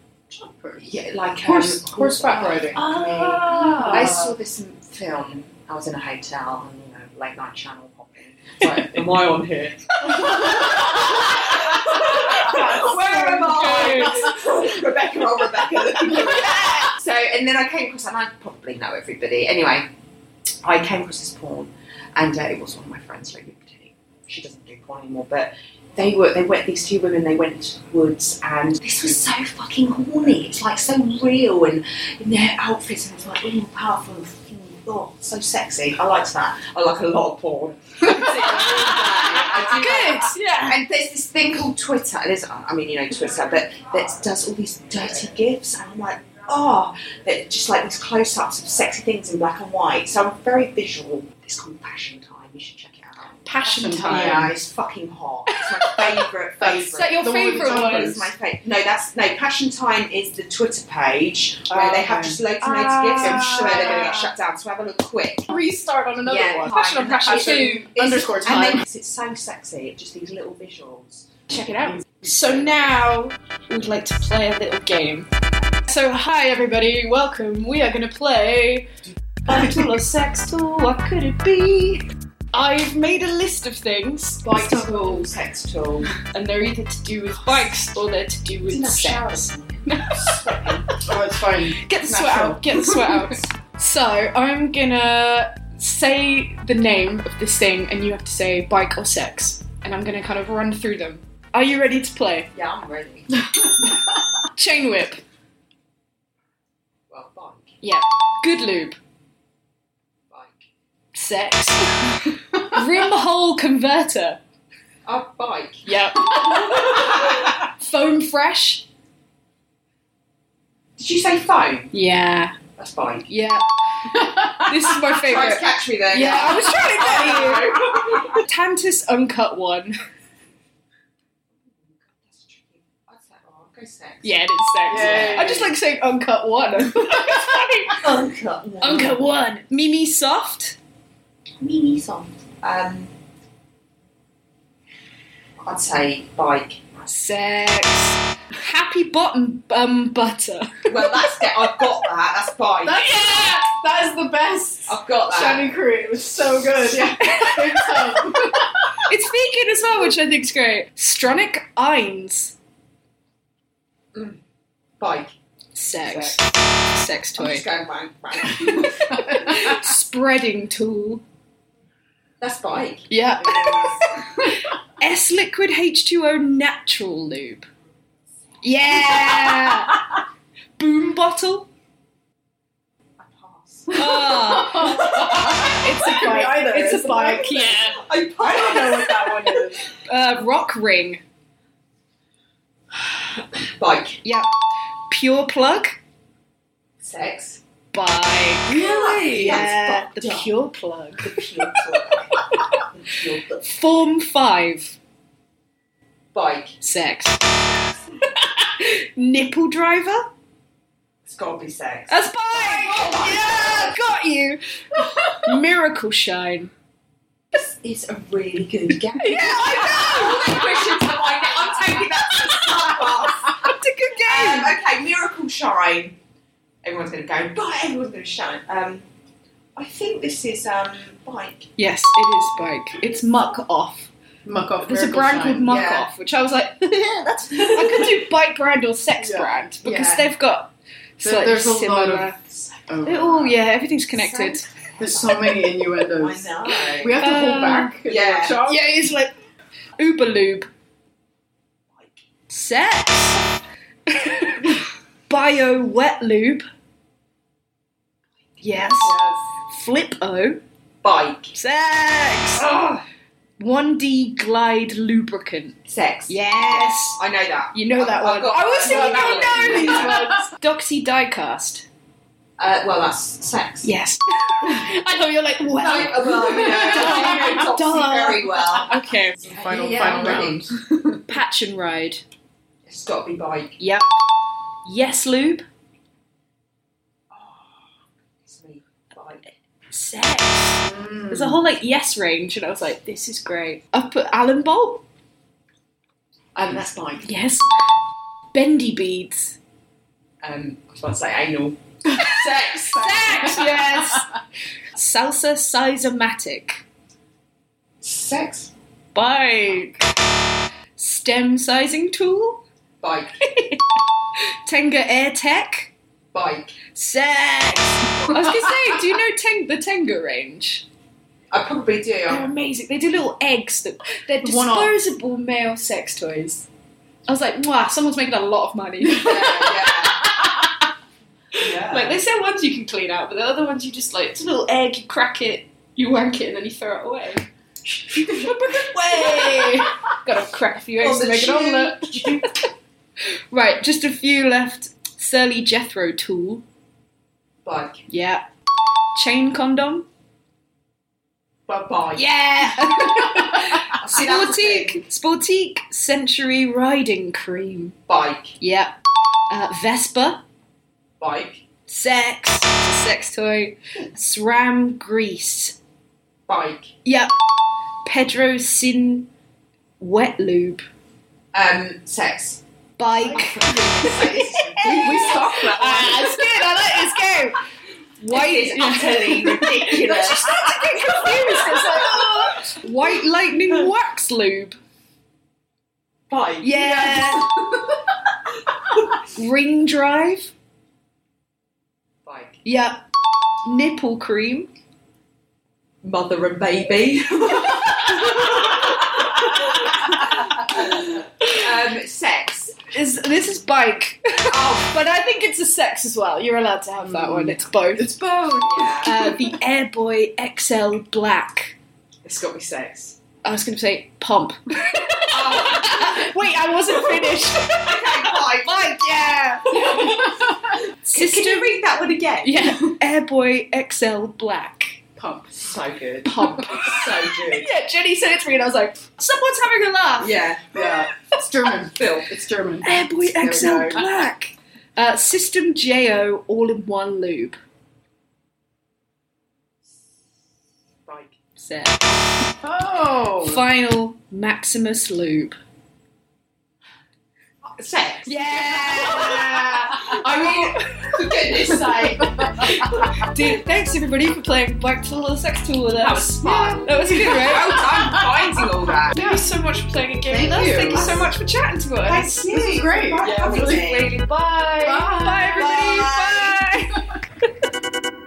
Speaker 2: Yeah, like um,
Speaker 4: Horse, horseback riding.
Speaker 2: Uh, Ah. I saw this m- film. I was in a hotel and you know late night channel popping, Right, am I on here? Where am I? Rebecca or Rebecca? so, and then I came across, and I probably know everybody. Anyway, I came across this porn, and uh, it was one of my friends, Lady Liberty. She doesn't do porn anymore, but they were they went these two women they went to the woods and this was so fucking horny it's like so real and in their outfits and it was like really powerful and fucking, oh, so sexy I liked that I like a lot of porn good yeah and there's this thing called Twitter there's, I mean you know Twitter but that does all these dirty gifs and I'm like oh that just like these close ups of sexy things in black and white so I'm very visual it's called Passion Time you should check it out
Speaker 3: Passion time.
Speaker 2: yeah, it's fucking hot. It's my favourite, favourite.
Speaker 3: Is that your
Speaker 4: The one with the
Speaker 3: favourite one?
Speaker 4: jumpers.
Speaker 2: It's my favourite. No, that's no. Passion Time is the Twitter page where they have
Speaker 4: Okay.
Speaker 2: just loads and loads of gifts. I'm sure they're going to get
Speaker 3: Ah.
Speaker 2: shut down. So have a look quick.
Speaker 4: Restart on another
Speaker 2: Yeah,
Speaker 4: one.
Speaker 2: fine.
Speaker 4: Passion on passion.
Speaker 2: Passion.
Speaker 4: Two
Speaker 2: It's-
Speaker 4: underscore
Speaker 2: And then
Speaker 4: time.
Speaker 2: 'cause it's so sexy. It's just these little visuals.
Speaker 3: Check it out. So now we'd like to play a little game. So hi everybody, welcome. We are gonna play I tool of sex tool, what could it be? I've made a list of things,
Speaker 2: Bike tool, sex tool.
Speaker 3: and they're either to do with bikes or they're to do with
Speaker 2: Didn't have showers.
Speaker 3: sex.
Speaker 4: Oh, it's fine.
Speaker 3: Get the sweat out, get the sweat out. so I'm gonna say the name of this thing and you have to say bike or sex. And I'm gonna kind of run through them. Are you ready to play?
Speaker 2: Yeah, I'm ready.
Speaker 3: Chain whip.
Speaker 2: Well, bike,
Speaker 3: Yeah. Good lube.
Speaker 2: bike,
Speaker 3: Sex. Rim hole converter.
Speaker 2: a Oh, bike,
Speaker 3: Yep. Foam fresh.
Speaker 2: Did you say phone?
Speaker 3: Yeah.
Speaker 2: That's bike.
Speaker 3: Yeah. this is my
Speaker 2: Trying to
Speaker 3: favourite.
Speaker 2: catch me there.
Speaker 3: Yeah, I was trying to get you. Tantus uncut one.
Speaker 2: That's tricky. I'd say, oh, I'd go sex.
Speaker 3: Yeah, it is sex.
Speaker 4: Yay.
Speaker 3: I just like saying uncut one. it's funny.
Speaker 2: Uncut.
Speaker 3: Uncut one. Mimi soft.
Speaker 2: Mimi song. Um, I'd say bike.
Speaker 3: Sex. Happy bottom um, butter.
Speaker 2: Well, that's it. I've got that. That's bike.
Speaker 3: yeah. Oh,
Speaker 4: That is the best.
Speaker 2: I've got that.
Speaker 4: Shiny crew. It was so good. Yeah. Big tub.
Speaker 3: It's vegan as well, which I think's great. Stronic Eins.
Speaker 2: Bike.
Speaker 3: Sex. Sex
Speaker 2: I'm
Speaker 3: toy.
Speaker 2: just going bang, bang.
Speaker 3: Spreading tool.
Speaker 2: that's bike.
Speaker 3: Yeah. S liquid H2O natural lube. Yeah. Boom bottle.
Speaker 2: I pass.
Speaker 3: Ah,
Speaker 4: It's a
Speaker 3: bike.
Speaker 4: Either.
Speaker 3: it's, a
Speaker 4: It's
Speaker 3: bike. Yeah.
Speaker 2: I
Speaker 4: I don't know
Speaker 2: pass.
Speaker 4: what that one is.
Speaker 3: Uh, rock ring.
Speaker 2: Bike.
Speaker 3: Yeah. Pure plug.
Speaker 2: Sex.
Speaker 3: Bike.
Speaker 2: Really?
Speaker 3: Yeah.
Speaker 2: That's
Speaker 3: The
Speaker 2: fucked up.
Speaker 3: pure plug.
Speaker 2: Pure Pure plug.
Speaker 3: Form five.
Speaker 2: Bike.
Speaker 3: Sex. Nipple driver.
Speaker 2: It's got to be sex.
Speaker 3: That's bike. yeah, got you. Miracle shine.
Speaker 2: It's a really good game.
Speaker 3: I know.
Speaker 2: I'm taking that to the podcast.
Speaker 3: That's a good game.
Speaker 2: Um, okay, Miracle Shine. Everyone's going to go, but everyone's going to shine. Um, I think this is um, bike.
Speaker 3: Yes, it is bike. It's muck off.
Speaker 4: Muck off.
Speaker 3: There's a
Speaker 4: miracle
Speaker 3: brand
Speaker 4: sign.
Speaker 3: called Muck
Speaker 2: yeah.
Speaker 3: Off, which I was like, that's I could do bike brand or sex
Speaker 4: Yeah.
Speaker 3: brand because
Speaker 2: Yeah.
Speaker 3: they've got
Speaker 4: There-
Speaker 3: slightly
Speaker 4: there's a lot
Speaker 3: similar.
Speaker 4: of- Oh,
Speaker 3: They're all- yeah, everything's connected.
Speaker 4: There's so many
Speaker 2: I know.
Speaker 4: innuendos. We have to
Speaker 3: Uh,
Speaker 4: hold back. in the
Speaker 2: yeah.
Speaker 4: workshop.
Speaker 3: Yeah, it's like Uber lube, sex, bio wet lube. Yes, flip o
Speaker 2: Bike.
Speaker 3: sex.
Speaker 2: Oh,
Speaker 3: 1D glide lubricant.
Speaker 2: sex.
Speaker 3: Yes.
Speaker 2: I know that.
Speaker 3: You know
Speaker 2: I've-
Speaker 3: that
Speaker 2: I've
Speaker 3: one.
Speaker 2: got-
Speaker 3: I was
Speaker 2: I've got
Speaker 3: thinking oh,
Speaker 2: that
Speaker 3: you
Speaker 2: one.
Speaker 3: know these ones. Doxy diecast.
Speaker 2: Uh, well, that's sex.
Speaker 3: Yes. I know you're like,
Speaker 2: No,
Speaker 3: well.
Speaker 2: uh, well, you know, you know Topsy
Speaker 3: Duh.
Speaker 2: very well.
Speaker 3: Okay.
Speaker 4: Final,
Speaker 2: Yeah,
Speaker 4: final
Speaker 2: I'm ready.
Speaker 4: round.
Speaker 3: Patch and ride.
Speaker 2: It's got to be bike.
Speaker 3: Yep. Yes lube.
Speaker 2: It's me. Bike.
Speaker 3: Sex.
Speaker 2: Mm.
Speaker 3: There's a whole like yes range, and I was like, this is great. I put Allen Bolt.
Speaker 2: Um, that's bike.
Speaker 3: Yes. Bendy beads.
Speaker 2: Um, I was about to say anal. sex.
Speaker 3: Sex. Yes. Salsa size-o-matic.
Speaker 2: Sex.
Speaker 3: Bike. Stem sizing tool.
Speaker 2: Bike.
Speaker 3: Tenga Air Tech.
Speaker 2: Bike.
Speaker 3: Sex. I was gonna say, do you know Teng- the Tenga range?
Speaker 2: I probably do.
Speaker 3: They're amazing. They do little eggs that they're
Speaker 4: One-off.
Speaker 3: disposable male sex toys. I was like, wow, someone's making a lot of money.
Speaker 2: yeah, yeah. yeah.
Speaker 3: like they sell ones you can clean out, but the other ones you just like it's a little egg, you crack it, you wank it, and then you throw it away. Way! Gotta crack a few eggs
Speaker 2: On
Speaker 3: to
Speaker 2: the
Speaker 3: make an omelette.
Speaker 2: chin.
Speaker 3: Right, just a few left. Surly Jethro tool.
Speaker 2: Bike.
Speaker 3: Yeah. Chain condom.
Speaker 2: Bye bye.
Speaker 3: Yeah.
Speaker 2: See, that was
Speaker 3: Sportique. Sportique Century Riding Cream.
Speaker 2: Bike.
Speaker 3: Yeah. Uh, Vespa.
Speaker 2: Bike.
Speaker 3: Sex. It's a sex toy. SRAM grease.
Speaker 2: Bike.
Speaker 3: Yep. Pedro Sin wet lube
Speaker 2: Um, sex.
Speaker 3: bike.
Speaker 2: we, we stop
Speaker 3: Ah,
Speaker 2: that
Speaker 3: it's good. I like this game. White
Speaker 2: utterly ridiculous.
Speaker 3: She started to get confused. It's like, oh, white lightning wax lube.
Speaker 2: one. Bike.
Speaker 3: Yeah. Ring drive.
Speaker 2: Bike.
Speaker 3: Yep. Nipple cream.
Speaker 2: Mother and baby. um, sex.
Speaker 3: Is this is bike?
Speaker 2: Oh,
Speaker 3: But I think it's a sex as well. You're allowed to have that one. It's both.
Speaker 4: It's both.
Speaker 2: yeah.
Speaker 3: Uh, the Airboy XL Black.
Speaker 2: It's got to be sex.
Speaker 3: I was going to say pump. Wait, Oh. I wasn't finished.
Speaker 2: Bike.
Speaker 3: Mike, yeah.
Speaker 2: Can you read that one again?
Speaker 3: Yeah. Airboy XL Black.
Speaker 4: Pump.
Speaker 2: So good.
Speaker 3: Pump.
Speaker 2: So good.
Speaker 3: yeah, Jenny said it to me and I was like, someone's having a laugh.
Speaker 2: Yeah.
Speaker 4: Yeah. It's German.
Speaker 2: Phil.
Speaker 4: It's German.
Speaker 3: Airboy
Speaker 2: There we
Speaker 3: XL
Speaker 2: go.
Speaker 3: Black. Uh, System JO all in one lube.
Speaker 2: Bike.
Speaker 3: So,
Speaker 4: Oh.
Speaker 3: final Maximus lube.
Speaker 2: Sex.
Speaker 3: Yeah!
Speaker 2: I mean, for goodness sake.
Speaker 3: Dude, thanks everybody for playing Back to the Little Sex Tool with us.
Speaker 2: That was fun.
Speaker 3: Yeah, that was good, right?
Speaker 2: Well done finding all that.
Speaker 3: Thank you so much for playing a game
Speaker 4: Thank
Speaker 3: with us.
Speaker 4: you.
Speaker 3: Thank you so much for chatting to us.
Speaker 2: Thank you.
Speaker 4: This is great.
Speaker 2: Bye,
Speaker 4: Yeah,
Speaker 2: having
Speaker 4: really
Speaker 2: me.
Speaker 3: Lady, bye. Bye, everybody. Bye.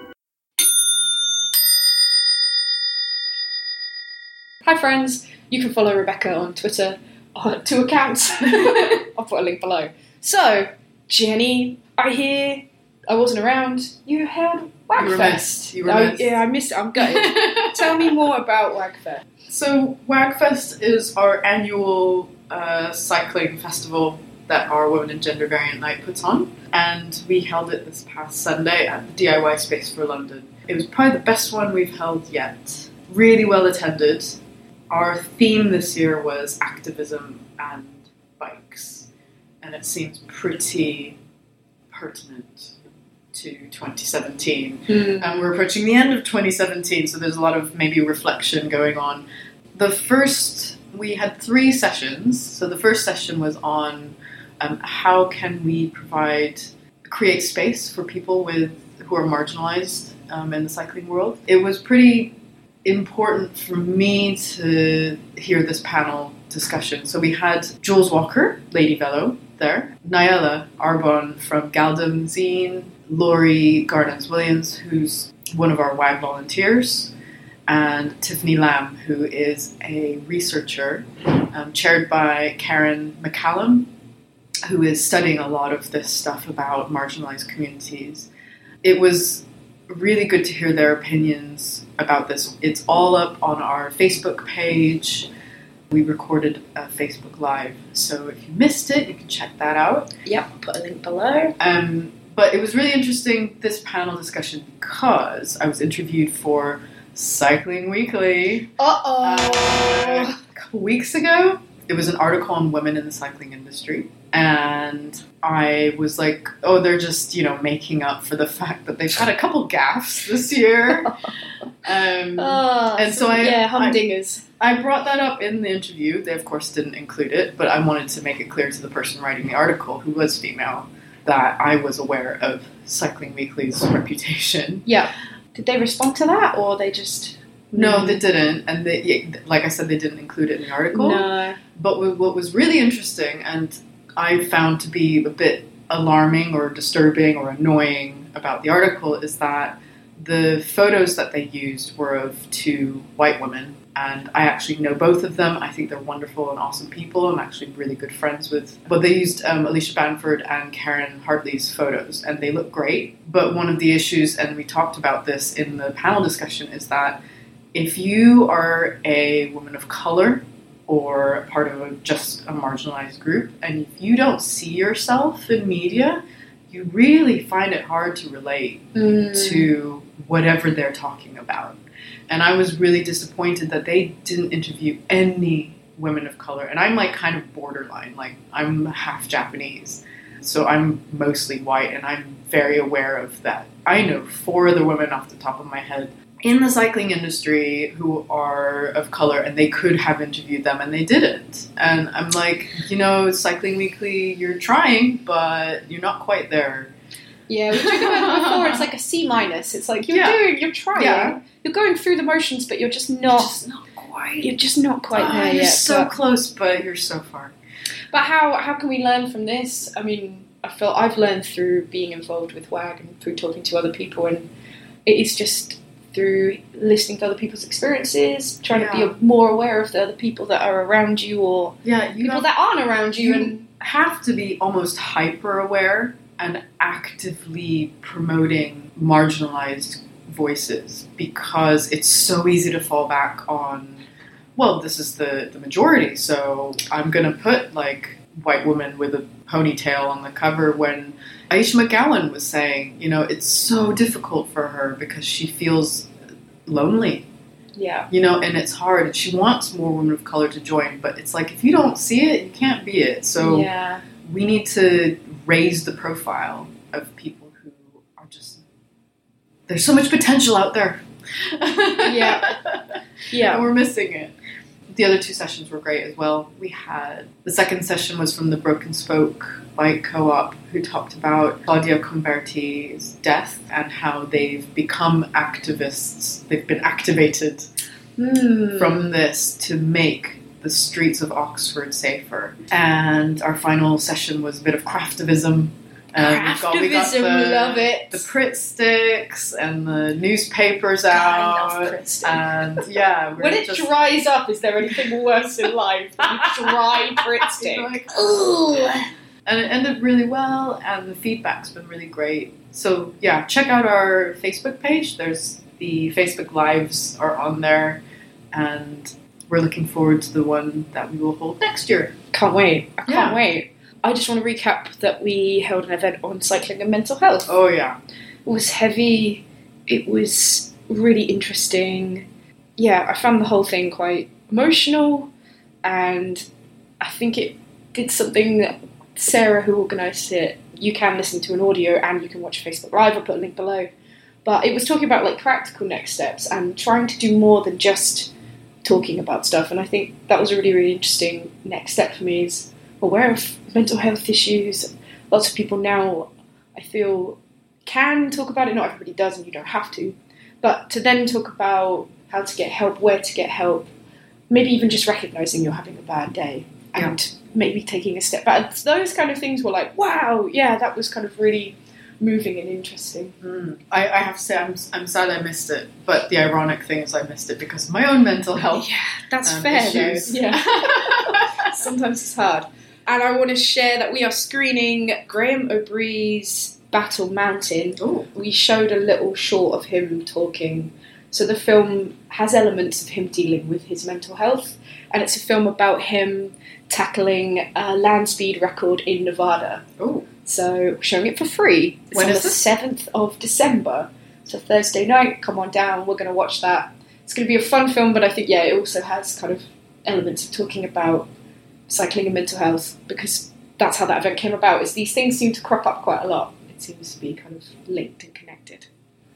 Speaker 3: Hi, friends. You can follow Rebecca on Twitter on two accounts. I'll put a link below. So, Jenny, I hear I wasn't around. You heard
Speaker 4: You were
Speaker 3: Wagfest.
Speaker 4: missed. You were
Speaker 3: Oh,
Speaker 4: missed.
Speaker 3: yeah, I missed it. I'm gutted. Tell me more about Wagfest.
Speaker 4: So Wagfest is our annual uh, cycling festival that our Women and Gender Variant Night puts on, and we held it this past Sunday at the DIY Space for London. It was probably the best one we've held yet. Really well attended. Our theme this year was activism and bikes, and it seems pretty pertinent to 2017 and we're approaching the end of 2017, so there's a lot of maybe reflection going on. The first, we had three sessions. So the first session was on um, how can we provide, create space for people with who are marginalized um, in the cycling world. It was pretty important for me to hear this panel discussion. So we had Jules Walker, Lady Velo, there, Nayela Arbon from Galdem Zine, Laurie Gardens Williams, who's one of our WAG volunteers, and Tiffany Lamb, who is a researcher um, chaired by Karen McCallum, who is studying a lot of this stuff about marginalized communities. It was really good to hear their opinions about this. It's all up on our Facebook page. We recorded a Facebook Live, so if you missed it, you can check that out.
Speaker 3: Yep, put a link below.
Speaker 4: Um, but it was really interesting this panel discussion because I was interviewed for Cycling Weekly
Speaker 3: Uh
Speaker 4: uh,
Speaker 3: oh.
Speaker 4: a couple weeks ago. It was an article on women in the cycling industry, and I was like, "Oh, they're just you know making up for the fact that they've had a couple gaffes this year." Um, and so I-
Speaker 3: Ah, yeah,
Speaker 4: I-
Speaker 3: humdingers.
Speaker 4: I brought that up in the interview. They, of course, didn't include it, but I wanted to make it clear to the person writing the article, who was female, that I was aware of Cycling Weekly's reputation.
Speaker 3: Yeah. Did they respond to that, or they just?
Speaker 4: No, they didn't, and they, yeah, like I said, they didn't include it in the article.
Speaker 3: No.
Speaker 4: But wh- what was really interesting and I found to be a bit alarming or disturbing or annoying about the article is that the photos that they used were of two white women. And I actually know both of them. I think they're wonderful and awesome people. I'm actually really good friends with. But they used um, Alicia Banford and Karen Hartley's photos, and they look great. But one of the issues, and we talked about this in the panel discussion, is that if you are a woman of color or part of a, just a marginalized group, and if you don't see yourself in media, you really find it hard to relate
Speaker 3: Mm.
Speaker 4: to whatever they're talking about. And I was really disappointed that they didn't interview any women of color. And I'm like kind of borderline, like I'm half Japanese. So I'm mostly white and I'm very aware of that. I know four other women off the top of my head in the cycling industry who are of color and they could have interviewed them and they didn't. And I'm like, you know, Cycling Weekly, you're trying, but you're not quite there.
Speaker 3: Yeah, we talked about it before. It's like a C minus. It's like you're
Speaker 4: Yeah.
Speaker 3: doing, you're trying,
Speaker 4: Yeah.
Speaker 3: you're going through the motions, but you're just not,
Speaker 4: Just not quite.
Speaker 3: you're just not Oh. quite
Speaker 4: Oh,
Speaker 3: there
Speaker 4: you're
Speaker 3: yet.
Speaker 4: so
Speaker 3: but,
Speaker 4: close, but you're so far.
Speaker 3: but how how can we learn from this? I mean, I feel I've learned through being involved with WAG and through talking to other people, and it is just through listening to other people's experiences, trying to
Speaker 4: Yeah.
Speaker 3: be more aware of the other people that are around you or
Speaker 4: Yeah, you
Speaker 3: people
Speaker 4: have,
Speaker 3: that aren't around you,
Speaker 4: you
Speaker 3: and
Speaker 4: have to be almost hyper aware and actively promoting marginalized voices because it's so easy to fall back on. Well, this is the the majority, so I'm gonna put like white woman with a ponytail on the cover when Aisha McGowan was saying, you know, it's so difficult for her because she feels lonely
Speaker 3: yeah,
Speaker 4: you know, and it's hard. And she wants more women of color to join, but it's like if you don't see it, you can't be it. So
Speaker 3: yeah,
Speaker 4: we need to raise the profile of people who are just there's so much potential out there.
Speaker 3: Yeah. yeah.
Speaker 4: and we're missing it. The other two sessions were great as well. We had the second session was from the Broken Spoke Bike Co-op, who talked about Claudia Converti's death and how they've become activists. They've been activated
Speaker 3: Mm.
Speaker 4: from this to make the streets of Oxford safer. And our final session was a bit of craftivism. And we got- we got
Speaker 3: Craftivism,
Speaker 4: the-
Speaker 3: love it.
Speaker 4: The Prit sticks and the newspapers
Speaker 3: God, I love
Speaker 4: out.
Speaker 3: Prit sticks.
Speaker 4: and yeah, we
Speaker 3: When
Speaker 4: were
Speaker 3: it
Speaker 4: just
Speaker 3: dries up, is there anything worse in life than dry Brit stick?
Speaker 4: like,
Speaker 3: Ooh.
Speaker 4: and it ended really well and the feedback's been really great so yeah check out our facebook page there's the facebook lives are on there and we're looking forward to the one that we will hold next year
Speaker 3: Can't wait. I can't
Speaker 4: Yeah.
Speaker 3: wait. I just want to recap that we held an event on cycling and mental health.
Speaker 4: oh yeah
Speaker 3: It was heavy. It was really interesting. Yeah, I found the whole thing quite emotional, and I think it did something that Sarah, who organised it, you can listen to an audio and you can watch Facebook Live. I'll put a link below. But it was talking about like practical next steps and trying to do more than just talking about stuff. And I think that was a really, really interesting next step for me is aware of mental health issues. Lots of people now, I feel, can talk about it. Not everybody does, and you don't have to. But to then talk about how to get help, where to get help, maybe even just recognizing you're having a bad day and maybe taking a step back. Those kind of things were like, wow, yeah, that was kind of really moving and interesting.
Speaker 4: Mm. I, I have to say I'm, I'm sad I missed it but the ironic thing is I missed it because of my own mental health
Speaker 3: Yeah, that's
Speaker 4: um,
Speaker 3: fair
Speaker 4: issues.
Speaker 3: though. Yeah. Sometimes it's hard. And I want to share that we are screening Graham O'Bree's Battle Mountain.
Speaker 4: Ooh.
Speaker 3: We showed a little short of him talking. So the film has elements of him dealing with his mental health, and it's a film about him tackling a land speed record in Nevada.
Speaker 4: oh
Speaker 3: So we're showing it for free. It's
Speaker 4: When
Speaker 3: on
Speaker 4: is
Speaker 3: the
Speaker 4: this?
Speaker 3: seventh of December. So Thursday night, come on down. We're going to watch that. It's going to be a fun film, but I think yeah, it also has kind of elements of talking about cycling and mental health because that's how that event came about. Is these things seem to crop up quite a lot. It seems to be kind of linked and connected.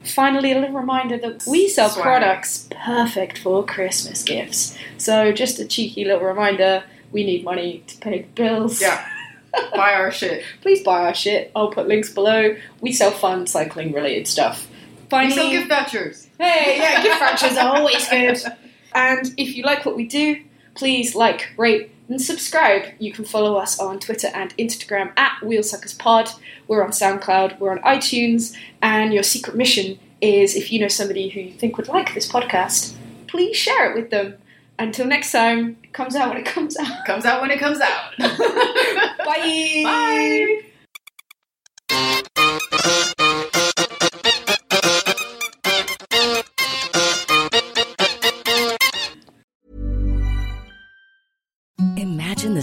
Speaker 3: Finally, a little reminder that we sell
Speaker 4: Swag.
Speaker 3: products perfect for Christmas gifts. So just a cheeky little reminder: we need money to pay the bills
Speaker 4: yeah buy our shit
Speaker 3: please buy our shit. I'll put links below. We sell fun cycling related stuff.
Speaker 4: We
Speaker 3: Finally,
Speaker 4: still give vouchers.
Speaker 3: hey, yeah, gift vouchers are always good. And if you like what we do, please like, rate, and subscribe. You can follow us on Twitter and Instagram at WheelsuckersPod. We're on SoundCloud, we're on iTunes, and your secret mission is if you know somebody who you think would like this podcast, please share it with them. Until next time, it comes out when it comes out.
Speaker 4: Comes out when it comes out.
Speaker 3: Bye.
Speaker 4: Bye.
Speaker 7: Imagine the